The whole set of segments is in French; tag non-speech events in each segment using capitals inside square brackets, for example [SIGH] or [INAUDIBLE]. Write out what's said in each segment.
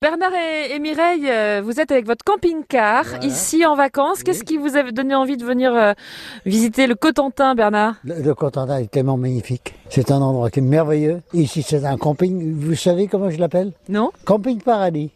Bernard et, et Mireille, euh, vous êtes avec votre camping-car Voilà. ici en vacances. Oui. Qu'est-ce qui vous a donné envie de venir euh, visiter le Cotentin, Bernard Le, le Cotentin est tellement magnifique. C'est un endroit qui est merveilleux. Ici, c'est un camping. Vous savez comment je l'appelle Non Camping paradis.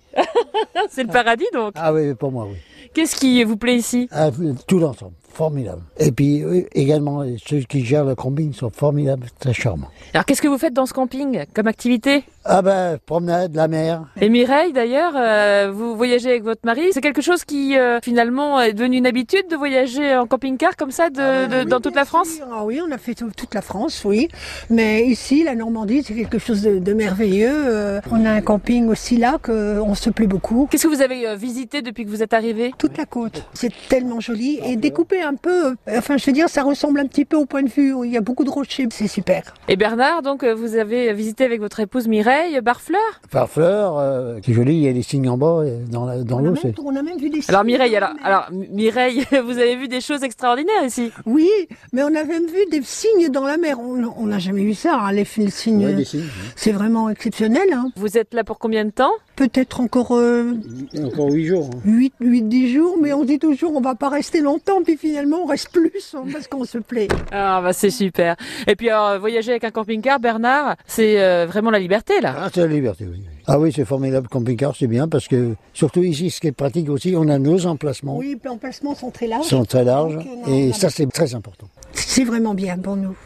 C'est le paradis donc. Ah oui, pour moi, oui. Qu'est-ce qui vous plaît ici Ah, tout l'ensemble, formidable. Et puis oui, également, ceux qui gèrent le camping sont formidables, très charmants. Alors qu'est-ce que vous faites dans ce camping comme activité Ah ben, promenade, la mer. Et Mireille d'ailleurs, euh, vous voyagez avec votre mari. C'est quelque chose qui euh, finalement est devenu une habitude de voyager en camping-car comme ça de- de- Ah, Oui, Euh, dans toute bien la France sûr. Ah oui, on a fait tout- toute la France, oui. Mais ici, la Normandie, c'est quelque chose de, de merveilleux. Euh, on a un camping aussi là qu'on se plaît beaucoup. Qu'est-ce que vous avez euh, visité depuis que vous êtes arrivé Toute la côte, c'est tellement joli et découpé un peu. euh, Enfin, je veux dire, ça ressemble un petit peu au point de vue. où Il y a beaucoup de rochers, c'est super. Et Bernard, donc euh, vous avez visité avec votre épouse Mireille Barfleur Parfleur, euh, c'est joli, il y a des signes en bas, euh, dans la- dans on, a l'eau. même, c'est- on a même vu des. Alors signes Mireille, dans alors, la mer. alors Mireille, [LAUGHS] vous avez vu des choses extraordinaires ici. Oui, mais on a même vu des signes dans la mer. On on n'a jamais vu ça. hein, les, les signes, Ouais, des signes, c'est vraiment exceptionnel. hein. Vous êtes là pour combien de temps Peut-être encore euh, hein. Encore huit jours. hein. 8, 8, 10 jours, mais on dit toujours on va pas rester longtemps, puis finalement on reste plus hein, parce qu'on se plaît. Ah bah c'est super. Et puis alors, voyager avec un camping-car, Bernard, c'est euh, vraiment la liberté là. Ah, c'est la liberté, oui. Ah oui, c'est formidable, camping-car, c'est bien, parce que, surtout ici, ce qui est pratique aussi, on a nos emplacements. Oui, puis emplacements sont très larges. sont très larges Donc, euh, non, et non. ça c'est très important. C'est vraiment bien pour nous.